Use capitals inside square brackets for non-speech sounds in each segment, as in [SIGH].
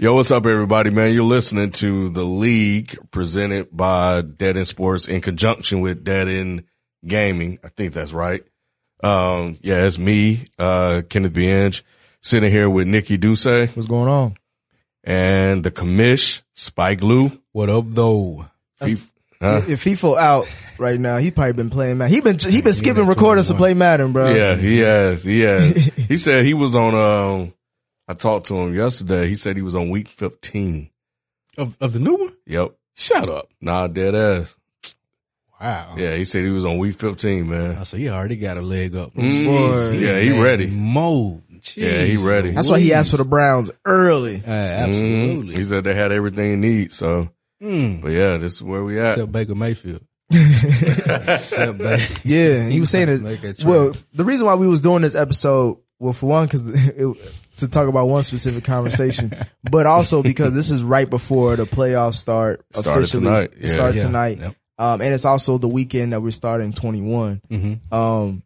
Yo, what's up, everybody, man? You're listening to The League presented by Dead End Sports in conjunction with Dead End Gaming. I think that's right. Um, yeah, it's me, uh, Kenneth B. Inge, sitting here with Nikki Duce What's going on? and the commish, Spike Lou. What up, though? Fif- huh? If FIFO out right now, he probably been playing Madden. He been he been skipping been recordings to 21. play Madden, bro. Yeah, he has. He has. he said he was on, um, I talked to him yesterday. He said he was on week 15. Of, of the new one? Yep. Shut up. Nah, dead ass. Wow. Yeah, he said he was on week 15, man. I said, he already got a leg up. Mm. Boy. Yeah, he Man, ready. Mo. Yeah, he Jeez ready. That's why he asked for the Louise. Browns [LAUGHS] early. Uh, absolutely. Mhm. He said they had everything they need. So, Mm. but Mm-hmm. yeah, this is where we at. Except [LAUGHS] Baker Mayfield. yeah, Except Baker. Yeah, and he was saying that. Make a trade. Well, the reason why we was doing this episode, well, for one, [LAUGHS] because to talk about one specific [LAUGHS] conversation, but also because this is right before the playoffs start Started officially. tonight, It yeah. starts Yeah. tonight, Yep. um, and it's also the weekend that we're starting twenty one. Mhm. Um,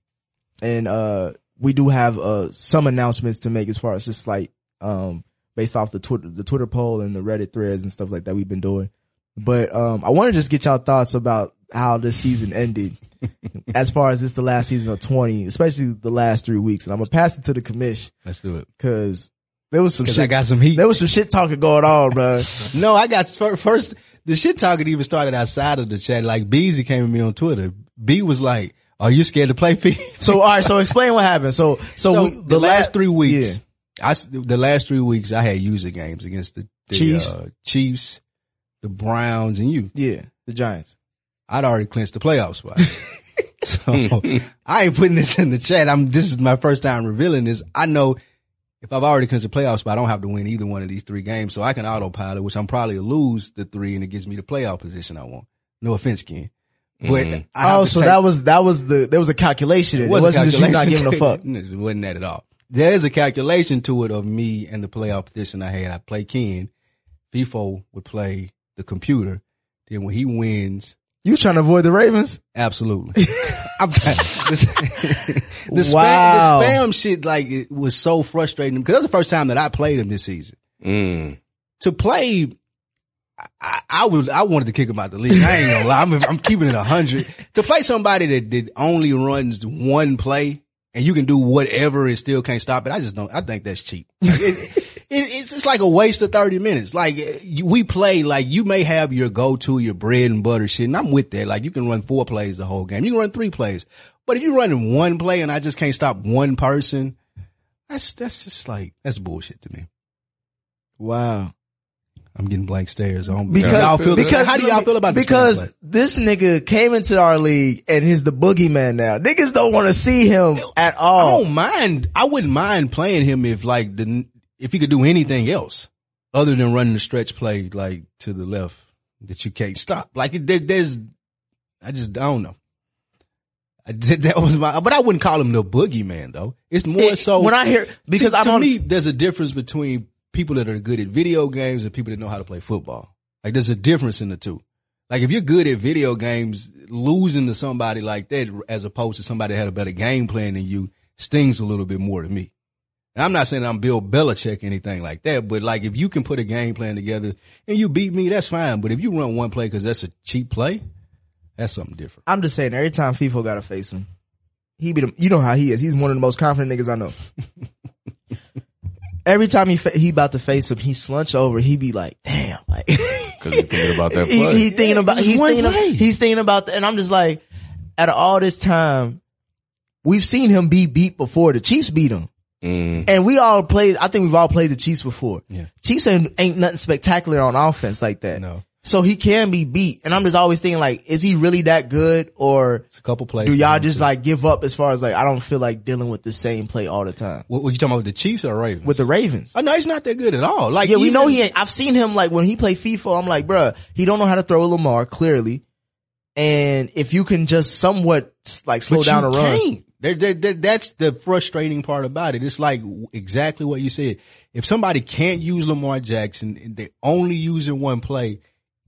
and uh, we do have uh some announcements to make as far as just like um based off the Twitter the Twitter poll and the Reddit threads and stuff like that we've been doing. But um, I want to just get y'all thoughts about how this season [LAUGHS] ended, as far as this the last season of twenty, especially the last three weeks. And I'm gonna pass it to the commish Let's do it. because there was some Because I shit. got some heat. there was some shit talking going on, bro. No, I got fir- first. The shit talking even started outside of the chat. Like Beezy came to me on Twitter. B was like, "Are you scared to play FIFA?" So all right, so explain what happened. So so, So, we- the, last la- three weeks, yeah. I s the last three weeks I had user games against the, the Chiefs. uh, Chiefs, the Browns, and you. yeah, the Giants. I'd already clinched the playoff spot. so I ain't putting this in the chat. I'm. This is my first time revealing this. I know if I've already clinched the playoff spot, I don't have to win either one of these three games, so I can autopilot, which I'm probably lose the three, and it gives me the playoff position I want. No offense, Ken, but Mhm. I have Oh, to so take- that was that was the there was a calculation. in It, was it a wasn't just you not calculation giving a fuck. to it. It wasn't that at all. There is a calculation to it of me and the playoff position I had. I play Ken. FIFO would play the computer. Then when he wins, [LAUGHS] You trying to avoid the Ravens? absolutely. [LAUGHS] I'm t- this, [LAUGHS] the, Wow. spam, the spam shit like it was so frustrating because that was the first time that I played him this season. [LAUGHS] mm. To play, I- I, I was I wanted to kick him out the league. I ain't gonna lie. I'm, I'm keeping it hundred. To play somebody that, that only runs one play and you can do whatever and still can't stop it. I just don't. I think that's cheap. Like, it, [LAUGHS] it, it's it's like a waste of thirty minutes. Like you- we play like you may have your go to your bread and butter shit, and I'm with that. Like you can run four plays the whole game. You can run three plays, but if you're running one play and I just can't stop one person, that's that's just like that's bullshit to me. Wow. I'm getting blank stares. I don't- Because, y'all feel the- because how do y'all feel about this because kind of this nigga came into our league and he's the boogeyman now. Niggas don't want to see him at I all. don't mind. I wouldn't mind playing him if like the if he could do anything else other than running the stretch play like to the left that you can't stop. Like it- there, there's, I just I don't know. I did, that was my, but I wouldn't call him the boogeyman though. It's more It- so when I hear because to, I'm to on me there's a difference between people that are good at video games and people that know how to play football. Like there's a difference in the two. Like if you're good at video games, losing to somebody like that as opposed to somebody that had a better game plan than you stings a little bit more to me. And I'm not saying I'm Bill Belichick or anything like that, but like if you can put a game plan together and you beat me, that's fine. But if you run one play because that's a cheap play, that's something different. I'm just saying every time FIFO gotta face him, he be the, you know how he is. He's one of the most confident niggas I know. [LAUGHS] every time he fa- he about to face him, he slunch over. He be like, damn, like [LAUGHS] Cause you're thinking about [LAUGHS] that he, play. he thinking about Just he's one thinking, play. he's thinking about the, and I'm just like, out of all this time, we've seen him be beat before. The Chiefs beat him, mm. and we all played. I think we've all played the Chiefs before. Yeah. Chiefs ain't, ain't nothing spectacular on offense like that. No, So he can be beat, and I'm just always thinking like, is he really that good, or it's a couple plays. do y'all for him, just too. like give up as far as like I don't feel like dealing with the same play all the time what, what you talking about? The Chiefs or Ravens? with the Ravens? oh, no, he's not that good at all. Like Yeah, we even- know he ain't. I've seen him like when he play FIFA. I'm like, bruh, he don't know how to throw a Lamar clearly. And if you can just somewhat like slow But down a you run, can't. They're- they're- they're- that's the frustrating part about it. It's like exactly what you said. If somebody can't use Lamar Jackson, and they only use in one play.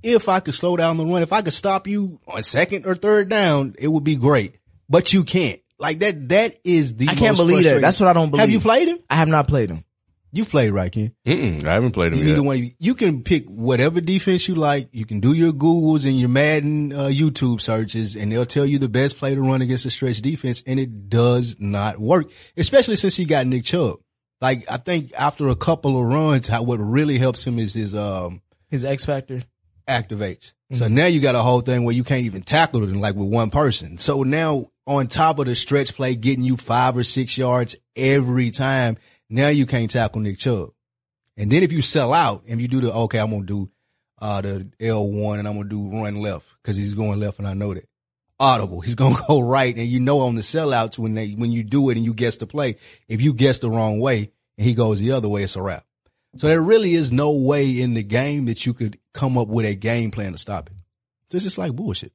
If I could slow down the run, if I could stop you on second or third down, it would be great. But you can't. Like that. That is the. I can't most believe that. frustrating- That's what I don't believe. Have you played him? I have not played him. You've played, right, Ken? Mm-mm, I haven't played You him either yet. one. of you- You can pick whatever defense you like. You can do your Googles and your Madden uh, YouTube searches, and they'll tell you the best play to run against a stretch defense, and it does not work. Especially since he got Nick Chubb. Like I think after a couple of runs, how, what really helps him is his um His X Factor. activates. So now you got a whole thing where you can't even tackle them like with one person. So now on top of the stretch play getting you five or six yards every time, now you can't tackle Nick Chubb. And then if you sell out and you do the okay, I'm gonna do uh the L one and I'm gonna do run left because he's going left and I know that. Audible. He's [LAUGHS] gonna go right and you know on the sellouts when they when you do it and you guess the play, if you guess the wrong way and he goes the other way, it's a wrap. So there really is no way in the game that you could come up with a game plan to stop it. So it's just like bullshit.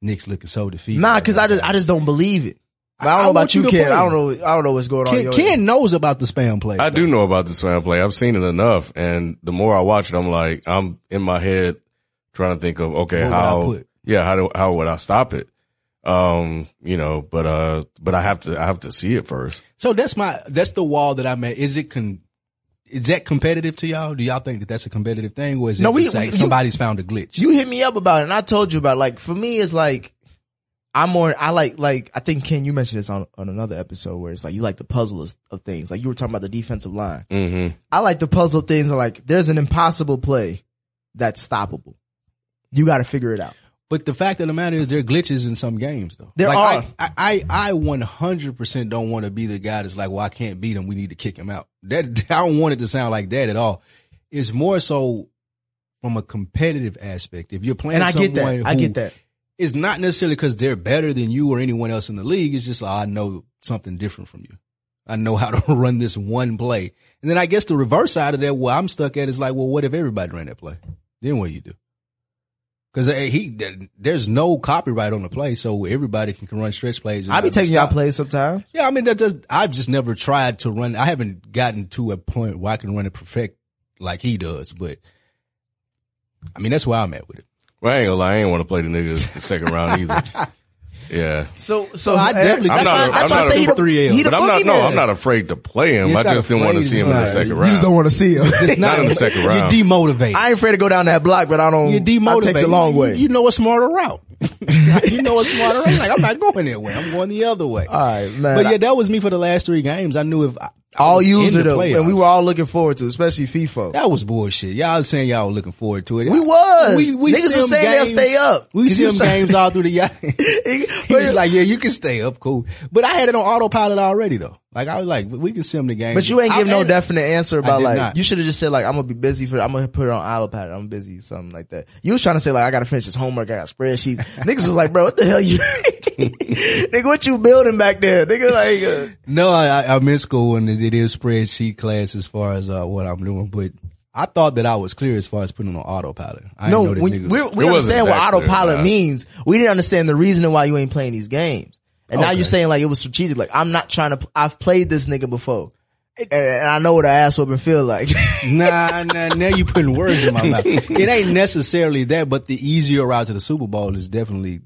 Nick's looking so defeated. Nah, right cause now. I just I just don't believe it. But I don't I- I know want about you you, to Ken. play. I don't know. I don't know what's going on. in Ken, your- Ken knows about the spam play. I do know about this fan play. I've seen it enough, and the more I watch it, I'm like, I'm in my head trying to think of okay, What would I how put? yeah, how do how would I stop it? Um, you know, but uh, but I have to I have to see it first. So that's my that's the wall that I'm at. Is it con? Is that competitive to y'all? Do y'all think that that's a competitive thing, or is it No, we- just like we- you- somebody's found a glitch? you hit me up about it and I told you about it. like for me it's like I'm more I like like I think Ken you mentioned this on, on another episode where it's like you like the puzzle of, of things. Like you were talking about the defensive line. Mm-hmm. I like the puzzle of things that like there's an impossible play that's stoppable. You gotta figure it out. but the fact of the matter is, there are glitches in some games, though. There Like, are. I I, I 100% don't want to be the guy that's like, well, I can't beat him. We need to kick him out. That [LAUGHS] I don't want it to sound like that at all. It's more so from a competitive aspect. If you're playing, And I get someone that. I who- get that. it's not necessarily because they're better than you or anyone else in the league. It's just like, I know something different from you. I know how to [LAUGHS] run this one play. And then I guess the reverse side of that, where I'm stuck at is like, well, what if everybody ran that play? Then what do you do? Cause eh, he, there- there's no copyright on the play, so everybody can can run stretch plays. and I be not be taking y'all stopped. plays sometimes. Yeah, I mean that does. I've just never tried to run. I haven't gotten to a point where I can run it perfect like he does. But I mean that's where I'm at with it. Well, I ain't gonna lie, I ain't want to play the niggas the second round [LAUGHS] either. Yeah. So so I definitely- I'm that's not why, a- that's I'm why not I a say he the, super 3L, he the But I'm not, no, boogeyman. I'm not afraid to play him. It's I not just didn't afraid, want to it's see him in the not- second You just round. don't want to see him. [LAUGHS] [LAUGHS] It's Not in the second round. You're demotivated. I ain't afraid to go down that block, but I don't. You're demotivated. I take the long You- way. You know a smarter route. [LAUGHS] you know a smarter route. Like I'm not going that way. I'm going the other way. all right, man. but yeah, that was me for the last three games. I knew if I, I all was in user the though, playoffs. and we were all looking forward to, it, especially FIFO. [LAUGHS] that was bullshit. Y'all was saying y'all were looking forward to it. We was. We, we Niggas see was them saying they'll games- stay up. We see them Cause you- games all through [LAUGHS] the year. he was like, yeah, you can stay up, cool. But I had it on autopilot already though. Like I was like, we can sim the game. but you ain't give no definite. definite answer about did like not. you should have just said like I'm gonna be busy for I'm gonna put it on iPad. I'm busy something like that. You was trying to say like I gotta finish this homework. I got [LAUGHS] spreadsheets. Niggas was like, bro, what the hell you? [LAUGHS] Nigga, what you building back there? Nigga, like uh, No, I, I- I'm in school and it it is spreadsheet class as far as uh, what I'm doing, but I thought that I was clear as far as putting on autopilot. I no, didn't know when, we we that nigga was- It wasn't understand what back there, autopilot nah. means. We didn't understand the reason why you ain't playing these games. And now Okay. you're saying like it was strategic. Like I'm not trying to. pl- I've played this nigga before, and, and I know what an ass whooping feel like. [LAUGHS] nah, nah, now you putting words in my mouth. It ain't necessarily that, but the easier route to the Super Bowl is definitely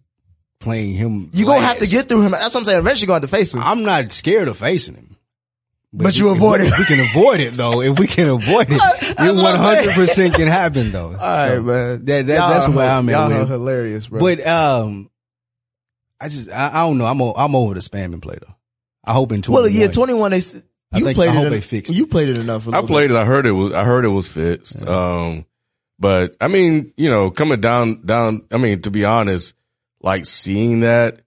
playing him. You gonna have to last. get through him. That's what I'm saying. Eventually, you're gonna have to face him. I'm not scared of facing him. But if you we- avoid if it. We can avoid it though. If we can avoid [LAUGHS] it, it what I'm saying. 100 percent can happen though. All right, man. That, that, that's where I'm at. Y'all with are it. hilarious, bro. But um, I just I, I don't know. I'm o- I'm over the spamming play though. I hope in twenty. well, yeah, 21. They s- you I think- played I it. hope en- they fixed it. You played it enough. a I little played it. I heard it was. I heard it was fixed. Um, but I mean, you know, coming down, down. I mean, to be honest, like seeing that,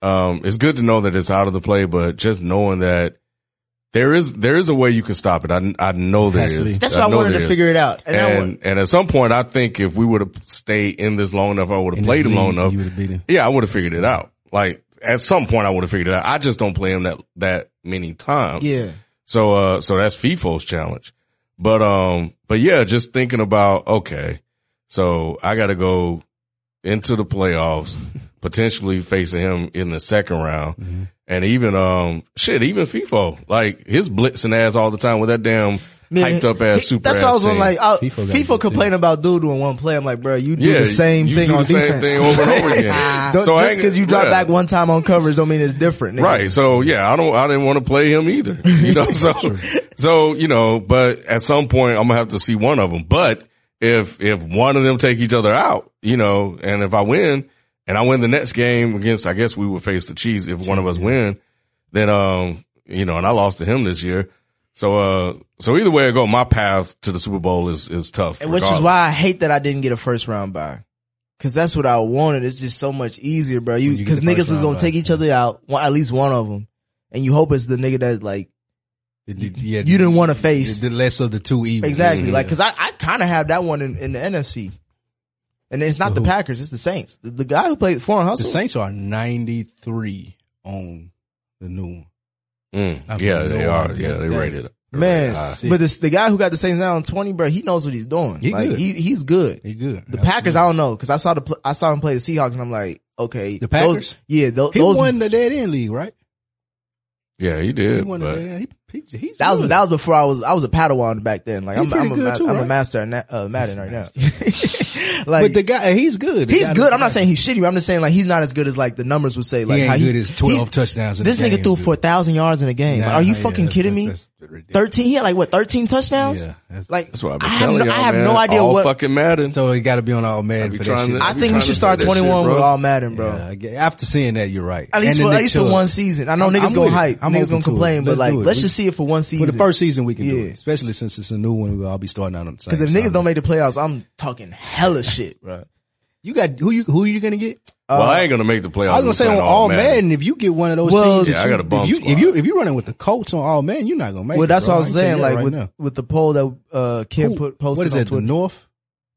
um, it's good to know that it's out of the play, but just knowing that there is there is a way you can stop it. I I know there Has to be. is. Bit. That's why I, know wanted there to is. figure it out. And, I And went, and at some point, I think if we would have stayed in this long enough, I would have played him long enough. You would have beat him. Yeah, I would have figured it out. Like at some point, I would have figured it out. I just don't play him that that many times. yeah. So uh so that's FIFO's challenge. But um but yeah, just thinking about okay, so I gotta go into the [LAUGHS] playoffs, potentially facing him in the second round. Mm-hmm. And even um shit, even FIFO, like his blitzing ass all the time with that damn hyped up ass super. That's ass what I was on. team. Like I, FIFA FIFA, got good complaining about dude doing one play. I'm like, bro, you do the same you thing do on the same defense. thing over and [LAUGHS] over again. Don't, So I just ain't- because you drop yeah. back one time on covers don't mean it's different. nigga. Right. So yeah, I don't, I didn't want to play him either. [LAUGHS] You know, so, so, you know, but at some point I'm going to have to see one of them. But if, if one of them take each other out, you know, and if I win and I win the next game against, I guess we would face the Chiefs if one of us win, then, um, you know, and I lost to him this year. So, uh, so either way it go, my path to the Super Bowl is, is tough. And Which is regardless. why I hate that I didn't get a first round bye. Cause that's what I wanted. It's just so much easier, bro. You, When you get cause the niggas first is round gonna bye, take each other out, one, at least one of them, and you hope it's the nigga that like Yeah, you didn't want to face. the less of the two evils. Exactly, Mhm. like cause I, I kind of have that one in, in the NFC, and it's not the Who? Packers, it's the Saints. The, the guy who played Foreign The Hustle, Saints are ninety three on the new one. Mm. I've yeah, no they are. idea. Yeah, they That- rated it. They're man. rated high. but this the guy who got the Saints now on twenty, bro. He knows what he's doing. He like good. he he's good. They good. The Packers, I don't know, cause I saw the pl- I saw him play the Seahawks, and I'm like, okay, The those- Packers? yeah, those, He those won the dead end league, right? Yeah, he he did. won but- the dead end. He, he, he's That was good. that was before I was I was a Padawan back then. Like You I'm I'm pretty a, good ma- too, I'm a right? master at na- uh, Madden right now. like [LAUGHS] but the guy, he's good. The he's guy- good. I'm not saying he's shitty. but I'm just saying like he's not as good as like the numbers would say. he Like ain't how good as twelve he- touchdowns. In This a nigga game, threw dude. for a thousand yards in a game. Like, Nah, are you yeah, fucking that's- kidding me? that's- that's ridiculous. Thirteen. He had like what thirteen touchdowns. Yeah, that's- Like That's what I've been I have telling no, y'all, I have man. no idea All what. fucking Madden. So it got to be on all I man be for that trying shit. to- I you think we trying to should start say that shit, 21 with bro? all Madden, bro. Yeah, I get- after seeing that, you're right. At least And the for at Nick least for Chubb. one season. I know I'm- niggas I'm gonna with it. hype. I'm niggas gonna open to it. complain, but Let's like do it. let's We- just see it for one season. for the first season we can do Yeah. it, especially since it's a new one. We'll all be starting out on the same. because if niggas side. don't make the playoffs, I'm talking hella shit, bro. you got who you who you gonna get? Uh, well, I ain't gonna make the playoffs. I was gonna say on We're playing all Madden. If you get one of those Well, teams, that Yeah, I you, got a bum if you, squad. if you if you running with the Colts on all Madden, you're not gonna make. Well, it, that's bro. what I was can tell saying. you that Like right with now. with the poll that uh Kim Who- put posted what is on that? The Twitter. North.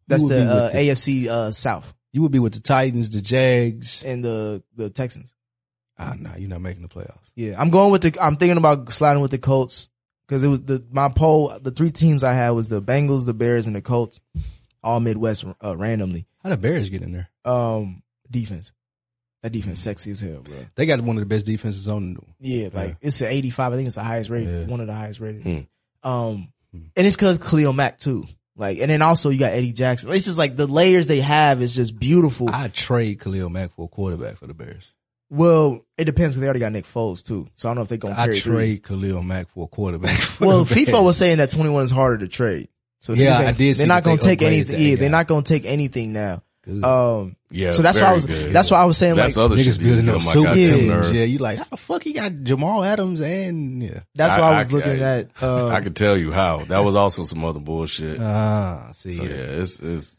that's Who would the be uh, with it? AFC uh, South You would be with the Titans, the Jags. and the the Texans. Ah, nah, you're not making the playoffs. Yeah, I'm going with the. I'm thinking about sliding with the Colts because it was the my poll. The three teams I had was the Bengals, the Bears, and the Colts, all Midwest uh, randomly. How the Bears get in there? Um, defense. That defense sexy as hell, bro. They got one of the best defenses on the new. Yeah, like Yeah. it's an 85. I think it's the highest rated, Yeah. one of the highest rated. Hmm. Um, Hmm. and it's cause Khalil Mack too. Like, and then also you got Eddie Jackson. It's just like the layers they have is just beautiful. I trade Khalil Mack for a quarterback for the Bears. well, it depends because they already got Nick Foles too. So I don't know if they're going to I carry through. trade Khalil Mack for a quarterback. [LAUGHS] For Well, the Bears. FIFA was saying that 21 is harder to trade. So Yeah, niggas ain't- I did see They're not that going they to take upgraded anything. that, Yeah, yeah. they're not going to take anything now. Good. Um, Yeah, so that's why I very was, good. that's why I was saying That's like, the other shit. Niggas building that get up on my super goddamn teams, nerves. Yeah, you like how the fuck he got Jamal Adams and yeah. that's I- why I, I- was looking I- at, uh, I could tell you how. That was also some other bullshit. Ah, see, so yeah, it's it's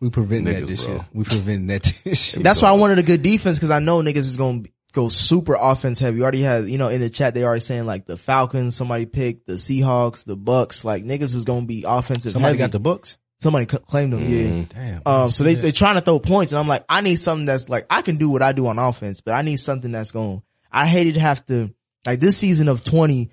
we preventing that Niggas, this bro. year. We preventing that [LAUGHS] this year. That's why I wanted a good defense because I know niggas is gonna be- go super offense heavy. You already had, you know, in the chat they already saying like the Falcons, somebody picked the Seahawks, the Bucks. Like niggas is gonna be offensive Somebody heavy. got the Mm-hmm. books. somebody c- claimed them, yeah. Mhm. Damn. Um, so they Yeah. they trying to throw points, and I'm like, I need something that's like I can do what I do on offense, but I need something that's going. I hated to have to like this season of 20.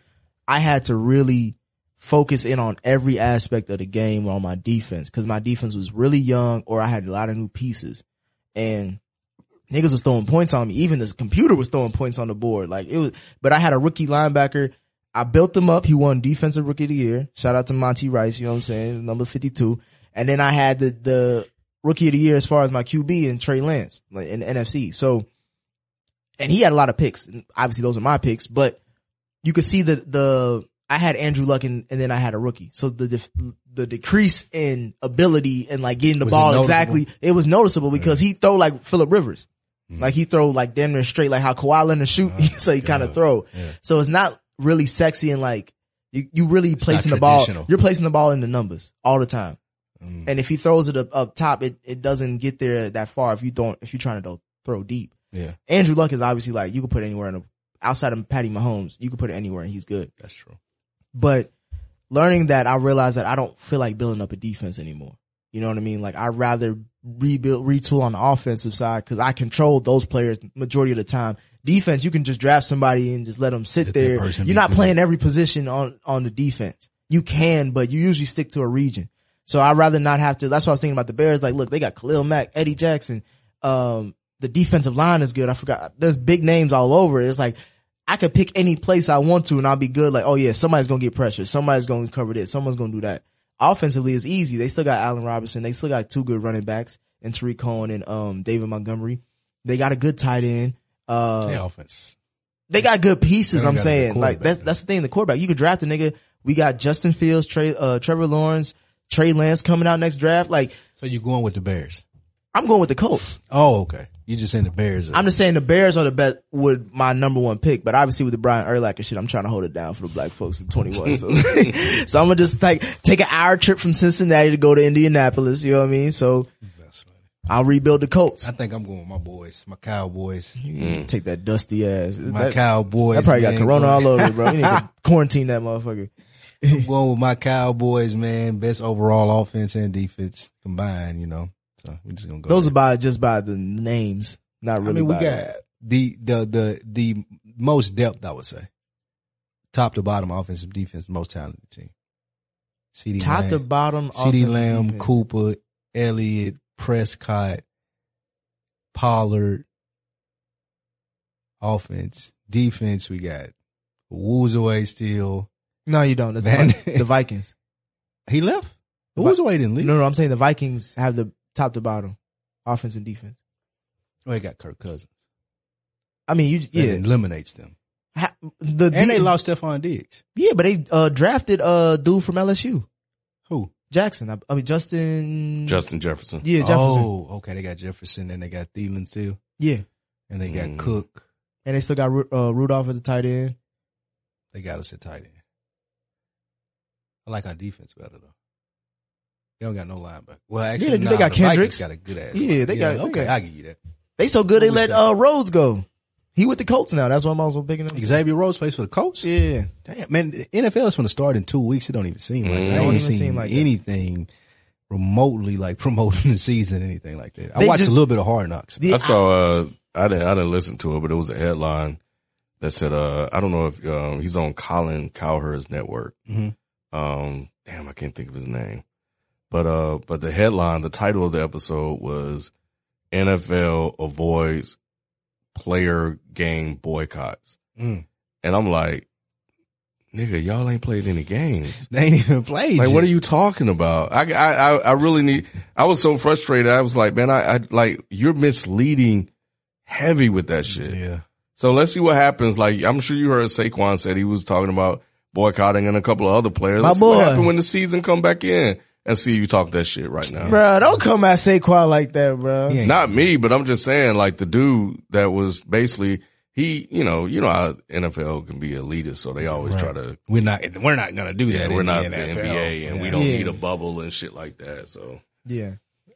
I had to really focus in on every aspect of the game on my defense because my defense was really young, or I had a lot of new pieces, and niggas was throwing points on me. Even this computer was throwing points on the board. Like it was, but I had a rookie linebacker. I built him up. He won defensive rookie of the year. Shout out to Monty Rice. You know what I'm saying? Number 52. And then I had the, the rookie of the year as far as my QB and Trey Lance like in the NFC. So, and he had a lot of picks. And obviously those are my picks, but you could see the, the, I had Andrew Luck and, and then I had a rookie. So the, def- the decrease in ability and like getting the Was it ball noticeable? exactly, it was noticeable because he throw like Philip Rivers. Mm-hmm. Like he throw like damn near straight, like how Kawhi Leonard shoot. [LAUGHS] so he kind of God. throw. Uh-huh. Yeah. So it's not really sexy and like you, you really placing the not ball. traditional. You're placing the ball in the numbers all the time. Mm. And if he throws it up, up top, it, it doesn't get there that far. If you don't, if you're trying to throw, throw deep, Yeah, Andrew Luck is obviously like you can put anywhere in a, outside of Patty Mahomes, you can put it anywhere and he's good. that's true. But learning that, I realized that I don't feel like building up a defense anymore. You know what I mean? Like I'd rather rebuild, retool on the offensive side because I control those players majority of the time. Defense, you can just draft somebody and just let them sit Let that there. person You're be not good. playing every position on, on the defense. You can, but you usually stick to a region. So I'd rather not have to. That's what I was thinking about the Bears. Like, look, they got Khalil Mack, Eddie Jackson. Um, the defensive line is good. I forgot. There's big names all over. It's like, I could pick any place I want to and I'll be good. Like, oh yeah, somebody's gonna get pressure. Somebody's gonna cover this. Someone's gonna do that. Offensively, it's easy. They still got Allen Robinson. They still got two good running backs and Tariq Cohen and um David Montgomery. They got a good tight end. Uh, Play offense. they got good pieces. They don't I'm got a saying good like quarterback, that's though. that's the thing. The quarterback you could draft a nigga. We got Justin Fields, Trey, uh, Trevor Lawrence, Trey Lance coming out next draft. Like So you're going with the Bears? I'm going with the Colts. Oh, okay. You just saying the Bears? Are, I'm just saying the Bears are the best with my number one pick, but obviously with the Brian Urlacher shit, I'm trying to hold it down for the black folks in 21. [LAUGHS] So, [LAUGHS] so I'm gonna just like take an hour trip from Cincinnati to go to Indianapolis. You know what I mean? So That's funny. I'll rebuild the Colts. I think I'm going with my boys, my Cowboys, Take that dusty ass. my That, Cowboys. that probably got man. Corona all over it, bro. You need [LAUGHS] to quarantine that motherfucker. I'm going with my Cowboys, man. Best overall offense and defense combined. You know, so we're just gonna go. Those there. are by just by the names, not really. I mean, we by- got the the the the most depth, I would say, top to bottom, offensive defense, most talented team. CD top Lamb, to bottom. CD offensive Lamb, defense. Cooper, Elliott, Prescott, Pollard. Offense, defense, we got Woozaway still. No, you [LAUGHS] don't. That's Man. the, Vi- the Vikings. He left. Vi- Woozaway didn't No, leave. no, I'm saying the Vikings have the top to bottom, offense and defense. Oh, they got Kirk Cousins. I mean, you That yeah. eliminates them. Ha- the And they the- lost Stephon Diggs. Yeah, but they uh, drafted a dude from LSU, Who? Jackson. I, I mean Justin. Justin Jefferson. Yeah, Jefferson. Oh, okay. They got Jefferson and they got Thielen still. Yeah, and they got Mm. Cook. and they still got Ru- uh, Rudolph at the tight end. They got us at tight end. I like our defense better though. They don't got no linebacker. Well, actually, they do. They nah, got the Vikings Kendricks. Got a good ass. Yeah, line. they got- they Okay, got- I give you that. They so good they Who was let that? uh, Rhodes go. He with the Colts now. That's why I'm also picking him. Xavier Rhodes plays for the Colts. Yeah, Damn, man, the NFL is going to start in two weeks. It don't even seem like Mm. that. I Don't ain't even seen seem like that. anything remotely like [LAUGHS] promoting the season, anything like that. I They watched just- a little bit of Hard Knocks. The- I saw. Uh, I didn't. I didn't listen to it, but it was a headline that said, "Uh, I don't know if um, he's on Colin Cowherd's network." Mhm. Um, damn, I can't think of his name. But uh, but the headline, the title of the episode was "NFL avoids player game boycotts," Mm. and I'm like, "Nigga, y'all ain't played any games." They ain't even played. Like, yet. what are you talking about? I, I, I I really need, I was so frustrated. I was like, man, I, I, like, you're misleading heavy with that shit. Yeah, So let's see what happens. Like, I'm sure you heard Saquon said he was talking about boycotting and a couple of other players. My let's see what boy. happen when the season come back in and see you talk that shit right now. bro, don't come at Saquon like that, bro. He ain't- Not me, but I'm just saying, like, the dude that was basically, he, you know, you know how NFL can be elitist, so they always Right. try to, We're not. We're not gonna do that. yeah, in we're not the NFL. NBA and we Yeah. don't Yeah. need a bubble and shit like that, so. Yeah.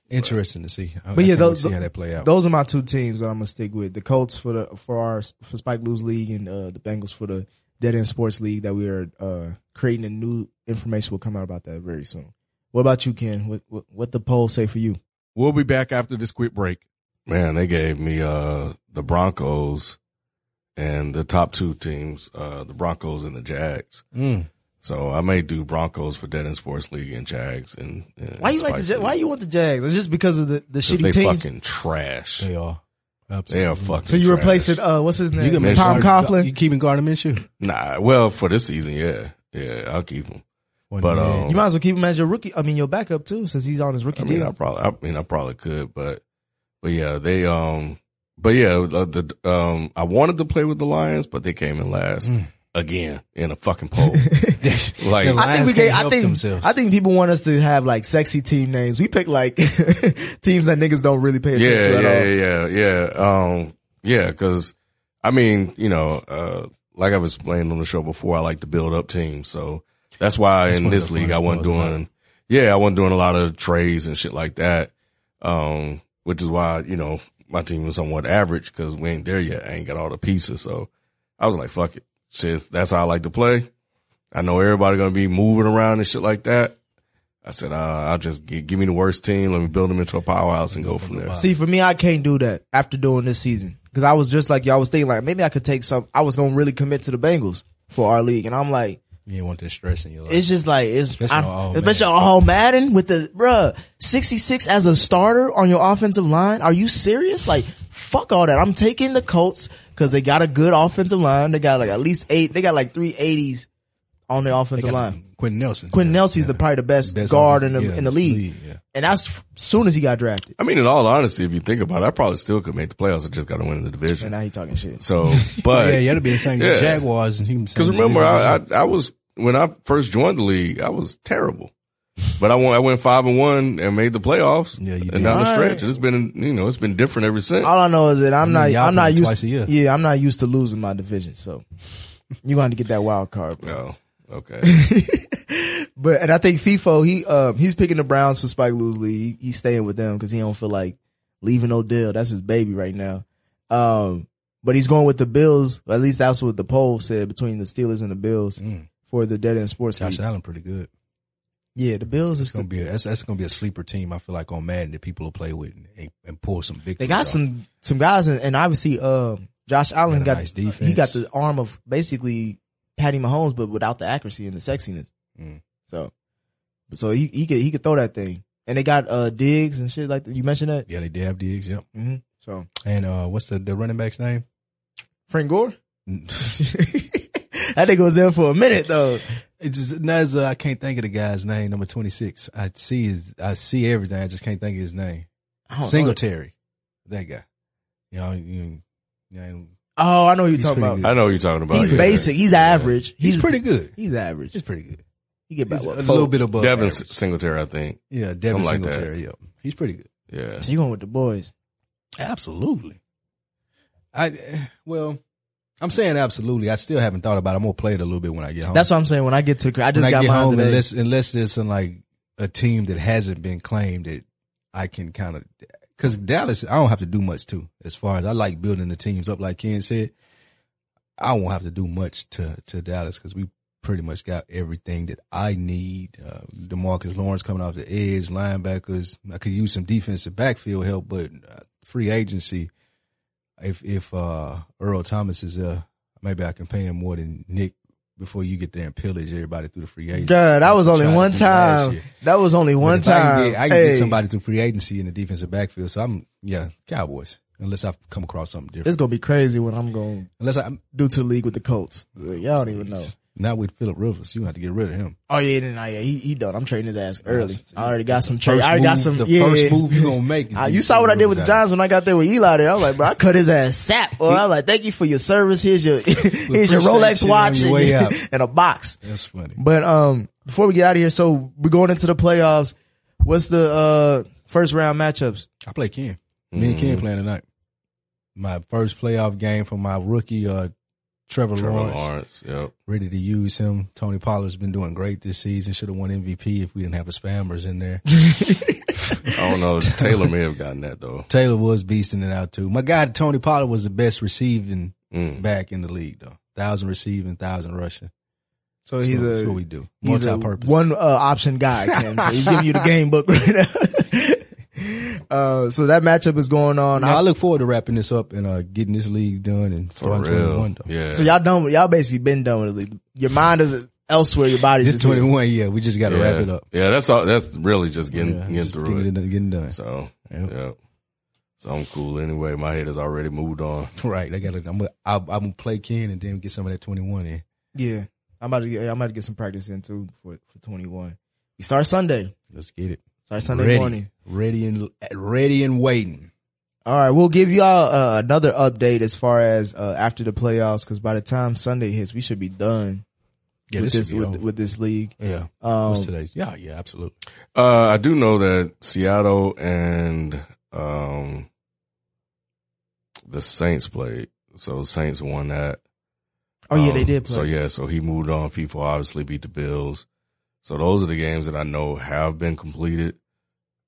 Interesting to see. I- I But yeah, can't wait to those- see how that play out. Those are my two teams that I'm gonna stick with: the Colts for the for our for Spike Lou's league, and uh, the Bengals for the Dead End Sports League. That we are uh, creating a new information will come out about that very soon. What about you, Ken? What what, what the poll say for you? We'll be back after this quick break. Man, they gave me uh the Broncos and the top two teams, uh the Broncos and the Jags. Mm. So I may do Broncos for Dead End Sports League and Jags and, and Why you like the Spice Ja- Why League. you want the Jags? It's just because of the the 'Cause shitty they team. fucking trash. They are. They Absolutely. are fucking. so you trash. replace it. Uh, what's his name? can make Tom sure- Coughlin. You keeping Gardner Minshew? Nah, well for this season, yeah, yeah, I'll keep them. But um, You might as well keep him as your rookie. I mean, your backup too, since he's on his rookie I mean, I deal. probably, I mean, I probably could, but, but yeah, they, um, but yeah, uh, the, um, I wanted to play with the Lions, but they came in last Hmm. Mm. again in a fucking [LAUGHS] poll. like, The I think Lions we gave, can't I help think themselves. I think people want us to have like sexy team names. We pick like [LAUGHS] teams that niggas don't really pay attention yeah, to at all. yeah, yeah, yeah. Um, yeah, because I mean, you know, uh, like I've explained on the show before, I like to build up teams, so that's why That's in one of this the league fun I wasn't sports, doing. Yeah, I wasn't doing a lot of trades and shit like that. Um, which is why you know my team was somewhat average because we ain't there yet. I ain't got all the pieces, so I was like, fuck it. Shit, that's how I like to play. I know everybody gonna be moving around and shit like that. I said, uh, I'll just gi- give me the worst team. Let me build them into a powerhouse and go from there. See, for me, I can't do that after doing this season because I was just like y'all was thinking like maybe I could take some. I was gonna really commit to the Bengals for our league, and I'm like, you don't want that stress in your life. it's just like it's Especially I'm- on all especially Madden. all Madden with the bruh 66 as a starter on your offensive line. Are you serious? Like fuck all that. I'm taking the Colts because they got a good offensive line. They got like at least eight. They got like three eighties on their offensive line. Quentin Nelson. Quinn Nelson's the probably the best, Best guard in offensive- the yeah, in the this league, league, yeah. and that's f- soon as he got drafted. I mean, in all honesty, if you think about it, I probably still could make the playoffs. I just got to win the And division. now he talking shit. So, [LAUGHS] Yeah, but yeah, that'll be the same. Yeah. Yeah. Jaguars and him. Because remember, I, I I was when I first joined the league, I was terrible, but I went I went five and one and made the playoffs. Yeah, you did. and down the All stretch, right. it's been you know it's been different ever since. All I know is that I'm mean, not y'all I'm not play used twice a year. yeah I'm not used to losing my division. So you going to get that wild card, bro. oh, [LAUGHS] okay. [LAUGHS] But and I think FIFO he uh he's picking the Browns for Spike Lou's league. He- He's staying with them because he don't feel like leaving Odell. That's his baby right now. Um, but he's going with the Bills. At least that's what the poll said between the Steelers and the Bills Mm. for the Dead End Sports Josh League. Allen pretty good. Yeah, the Bills is It's gonna the, be a, that's, that's gonna be a sleeper team. I feel like on Madden that people will play with and, and pull some big. they got some some guys and, and obviously um Josh Allen a got nice he got defense. the arm of basically Patty Mahomes, but without the accuracy and the sexiness. Mm. So, so he he could he could throw that thing. And they got uh digs and shit like that. You mentioned that. Yeah, they did have digs. Yep. Mm-hmm. So And uh, what's the the running back's name? [LAUGHS] Frank Gore? [LAUGHS] it's that nigga was there for a minute though. just, no, it's, uh, I can't think of the guy's name. Number twenty six. I see his. I see everything. I just can't think of his name. I don't know. Singletary. That guy. You know, you, you know, Oh, I know who you're He's talking pretty about. I know what you're talking about. He's yeah. basic. He's average. he's, pretty good. He's average. He's pretty good. He get about He's a what? little bit above Devin average. Singletary, I think. Yeah, Devin Something like that. Singletary. yeah, he's pretty good. Yeah. So you going with the boys? Absolutely. I eh, well, I'm saying absolutely. I still haven't thought about. it. I'm gonna play it a little bit when I get home. That's what I'm saying. When I get to the, crib- I Oh. when just I got get mine home. today. Unless unless there's some like a team that hasn't been claimed that I can kind of because Dallas, I don't have to do much too. As far as I like building the teams up, like Ken said, I won't have to do much to to Dallas because we pretty much got everything that I need. Uh, Demarcus Lawrence coming off the edge, linebackers. I could use some defensive backfield help, but uh, free agency. If if uh, Earl Thomas is uh maybe I can pay him more than Nick before you get there and pillage everybody through the free agency. God, that was I only tried to one do last time. year. That was only But one if I can time. get- I can get Hey, somebody through free agency in the defensive backfield. So I'm yeah Cowboys unless I've come across something different. It's gonna be crazy when I'm gonna Unless I do to the league with the Colts. Like, y'all don't even know. not with Philip Rivers, you have to get rid of him. Oh yeah, then I, yeah, he he done. I'm trading his ass early. see. I already got some trade. I First already got move- some. The yeah. first move you gonna [LAUGHS] make. is Uh, get you saw what I did with the Rivers out. Giants when I got there with Eli there. I was like, bro, I cut his ass sap. Or I was like, thank you for your service. Here's your, [LAUGHS] here's your appreciate Rolex you on watch your and, way out. [LAUGHS] and a box. That's funny. But, um, before we get out of here, so we're going into the playoffs. What's the, uh, first round matchups? I play Ken. Me and Mm. Ken playing tonight. My first playoff game for my rookie, uh, Trevor, Trevor Lawrence. Lawrence. Yep. Ready to use him. Tony Pollard's been doing great this season. Should have won MVP if we didn't have the spammers [LAUGHS] in there. I don't [LAUGHS] know. Taylor may have gotten that though. Taylor was beasting it out too. My guy Tony Pollard was the best receiving Mm. back in the league though. Thousand receiving, thousand rushing. So That's he's what, that's a, what we do. he's a Multi-purpose. one, uh, option guy, Ken. So he's giving you the game book [LAUGHS] right now. [LAUGHS] uh, so that matchup is going on. Now, I- I look forward to wrapping this up and uh, getting this league done and For starting twenty real. one though. Yeah. so y'all done with, y'all basically been done with it. Your mind is elsewhere. Your body's This just here. twenty one, yeah, we just got to yeah. wrap it up. Yeah. That's all. That's really just getting Yeah, getting just through it. getting done- Getting done. So. Yep. Yep. So I'm cool anyway. My head has already moved on. Right. I got to I'm gonna I- I'm gonna play Ken and then get some of that 21 in. Yeah, I'm about to get I'm about to get some practice in too for for 21. We start Sunday. Let's get it. Start Sunday ready, morning. ready and ready and waiting. All right, we'll give y'all uh, another update as far as uh, after the playoffs because by the time Sunday hits, we should be done Yeah, with this this should be with, over. with this league. Yeah. Um, What's today's? Yeah, yeah, absolutely. Uh, I do know that Seattle and um, the Saints played. So Saints won that. oh yeah, Um, they did play. So yeah, so he moved on. FIFA obviously beat the Bills. So those are the games that I know have been completed.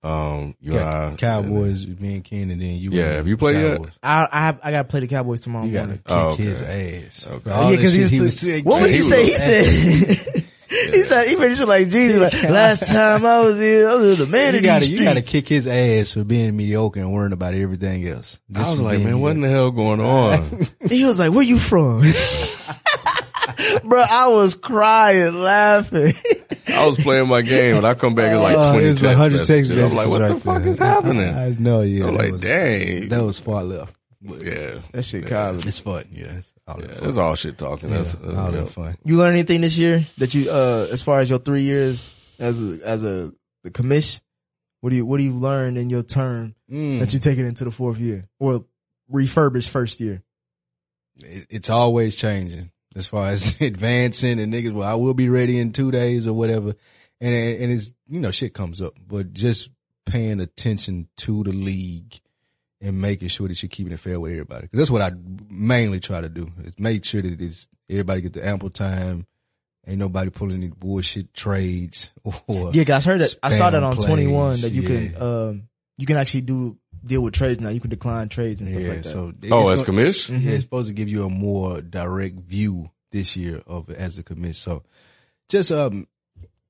Um, you and I, Cowboys, me and Ken, and then you. Yeah, and have you played yet? Cowboys. I I, have, I gotta play the Cowboys tomorrow You got to morning. kick Oh, okay. his ass. Okay. For Yeah, all the shit used to- saying- what was Yeah, he, he saying? was He [LAUGHS] said. He said he finished like Jesus. Like, Last time I was here, I was the man You in these gotta, you gotta streets. kick his ass for being mediocre and worrying about everything else. Just I was for like, being man, what in the hell going on? He was like, "Where you from, bro?" I was crying, laughing. I was playing my game and I come back and like Oh, twenty there's text, a hundred messages. I'm like, what messages the right fuck [LAUGHS] there. is happening? I know, yeah. I'm that like, was- dang. That was far left. But Yeah. That shit, Yeah. comedy. it's fun. Yeah, it's all Yeah, that that's fun. all shit talking. That's, Yeah, that's all yeah. that fun. You learn anything this year that you, uh, as far as your three years as a, as a the commish? What do you What do you learn in your term Mm. that you take it into the fourth year or refurbished first year? it, it's always changing as far as [LAUGHS] advancing and niggas. Well, I will be ready in two days or whatever, and and it's you know shit comes up, but just paying attention to the league and making sure that you're keeping it fair with everybody. 'Cause that's what I mainly try to do is make sure that it's everybody get the ample time. Ain't nobody pulling any bullshit trades [LAUGHS] or Yeah, 'cause I heard that. I saw that Spam on plays, Twenty One that you can yeah. um you can actually do deal with trades now. You can decline trades and stuff Yeah, like that. so Oh, it's as gonna- Mm. commish? Mhm. Yeah, it's supposed to give you a more direct view this year of as a commit. So just um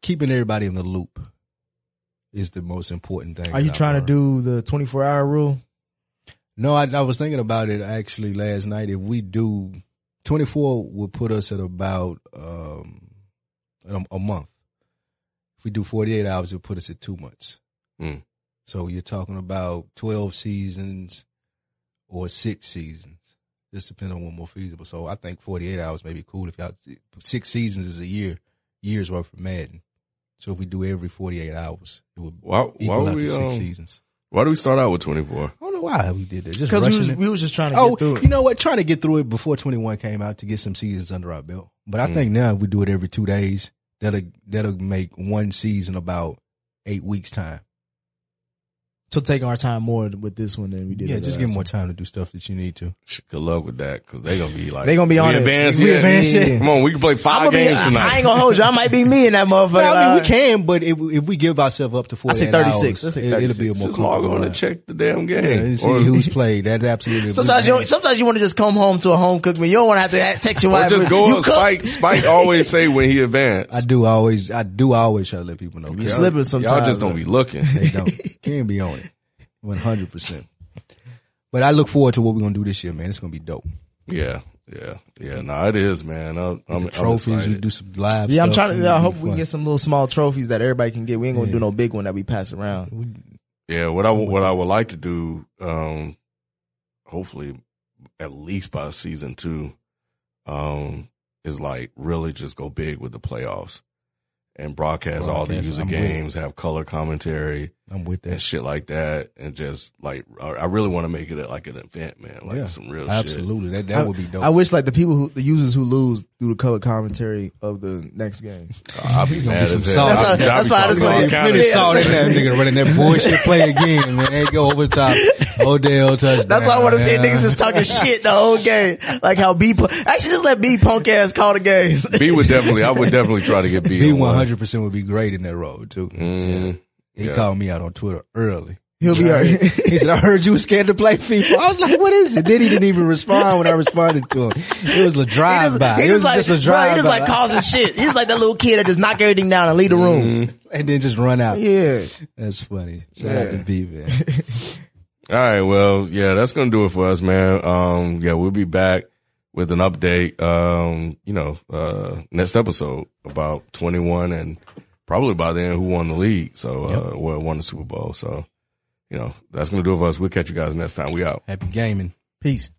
keeping everybody in the loop is the most important thing. Are you that I've trying to learned. do the twenty four hour rule? No, I, I was thinking about it actually last night. If we do twenty four, would put us at about um a, a month. If we do forty eight hours, it would put us at two months. Mm. So you're talking about twelve seasons or six seasons. Just depends on what more feasible. So I think forty eight hours may be cool if y'all six seasons is a year, years worth of Madden. So if we do every forty eight hours, it would Why, why, equal would out to we, six um, seasons. why do we start out with 24? I don't know why we did that. Just Because we rushing was, it. we was just trying to Oh, get through it. you know what? Trying to get through it before 21 came out to get some seasons under our belt. But I Mm. think now if we do it every two days, that'll that'll make one season about eight weeks time. so taking our time more with this one than we did. yeah, with just the give last more one. time to do stuff that you need to. Shit, Good luck with that, because they going to be like, They gonna be we on it. advance We yet? advance yet. Come on, we can play I'ma five be- games I- tonight. I ain't gonna hold you. I might be me in that motherfucker. No, I mean Uh, we can, but if, if we give ourselves up to four, I say 36. I say It'll be a 36. more Just log comfortable on and ride. check the damn Yeah, game. and see or, who's played. That's absolutely. Sometimes you don't- sometimes you want to just come home to a home cooked meal. You don't want to have to ha- text your or wife. just go you up. cook- [LAUGHS] Spike, Spike always say when he advanced. [LAUGHS] I do always. I do always try to let people know. You slipping sometimes. Y'all just don't be looking. [LAUGHS] They don't. Can't be on it. One hundred percent. But I look forward to what we're gonna do this year, man. It's gonna be dope. yeah, yeah, yeah. Nah, it is, man. I, I'm, the I'm trophies. We excited. do some live. Yeah, I'm stuff. trying It'll to. I be hope we fun. can get some little small trophies that everybody can get. We ain't gonna do no big one that we pass around. Yeah, what I w- what I Mm-hmm. would like to do, um, hopefully, at least by season two, um, is like really just go big with the playoffs and broadcast all the Broadcast, user I'm with it. games, have color commentary I'm with and that. shit like that, and just like I- I really want to make it like an event, man, like Yeah, some real shit. Absolutely, that that would be dope. I wish like the people who the users who lose do the color commentary of the next game. I'll [LAUGHS] be gonna mad be some as hell. salt. I'll be- I'll be That's why I talking just wanna all get kind of plenty of shit. salt in that nigga running that bullshit play again, man. They go over the top. Odell touchdown. That's why I want to see man. niggas just talking shit the whole game, like how B. Punk- Actually, just let B punk ass call the games. B would definitely, I would definitely try to get B. [LAUGHS] B on one one. hundred percent would be great in that role too. Mm, He yeah. called me out on Twitter early. [LAUGHS] He'll be alright. He said, "I heard you was scared to play FIFA." [LAUGHS] I was like, "What is it?" Then he didn't even respond when I responded to him. It was a drive by. It was just a bro, he drive just like by, causing shit. He's like that little kid that just knock everything down and leave the room. and then just run out. Mm-hmm. Yeah, That's funny. Shout out to B man. All right. Well, yeah, that's going to do it for us, man. Um, yeah, we'll be back with an update, um, you know, uh, next episode about 21 and probably by then who won the league. So, uh, well, won the Super Bowl. So, you know, that's going to do it for us. We'll catch you guys next time. We out. Happy gaming. peace.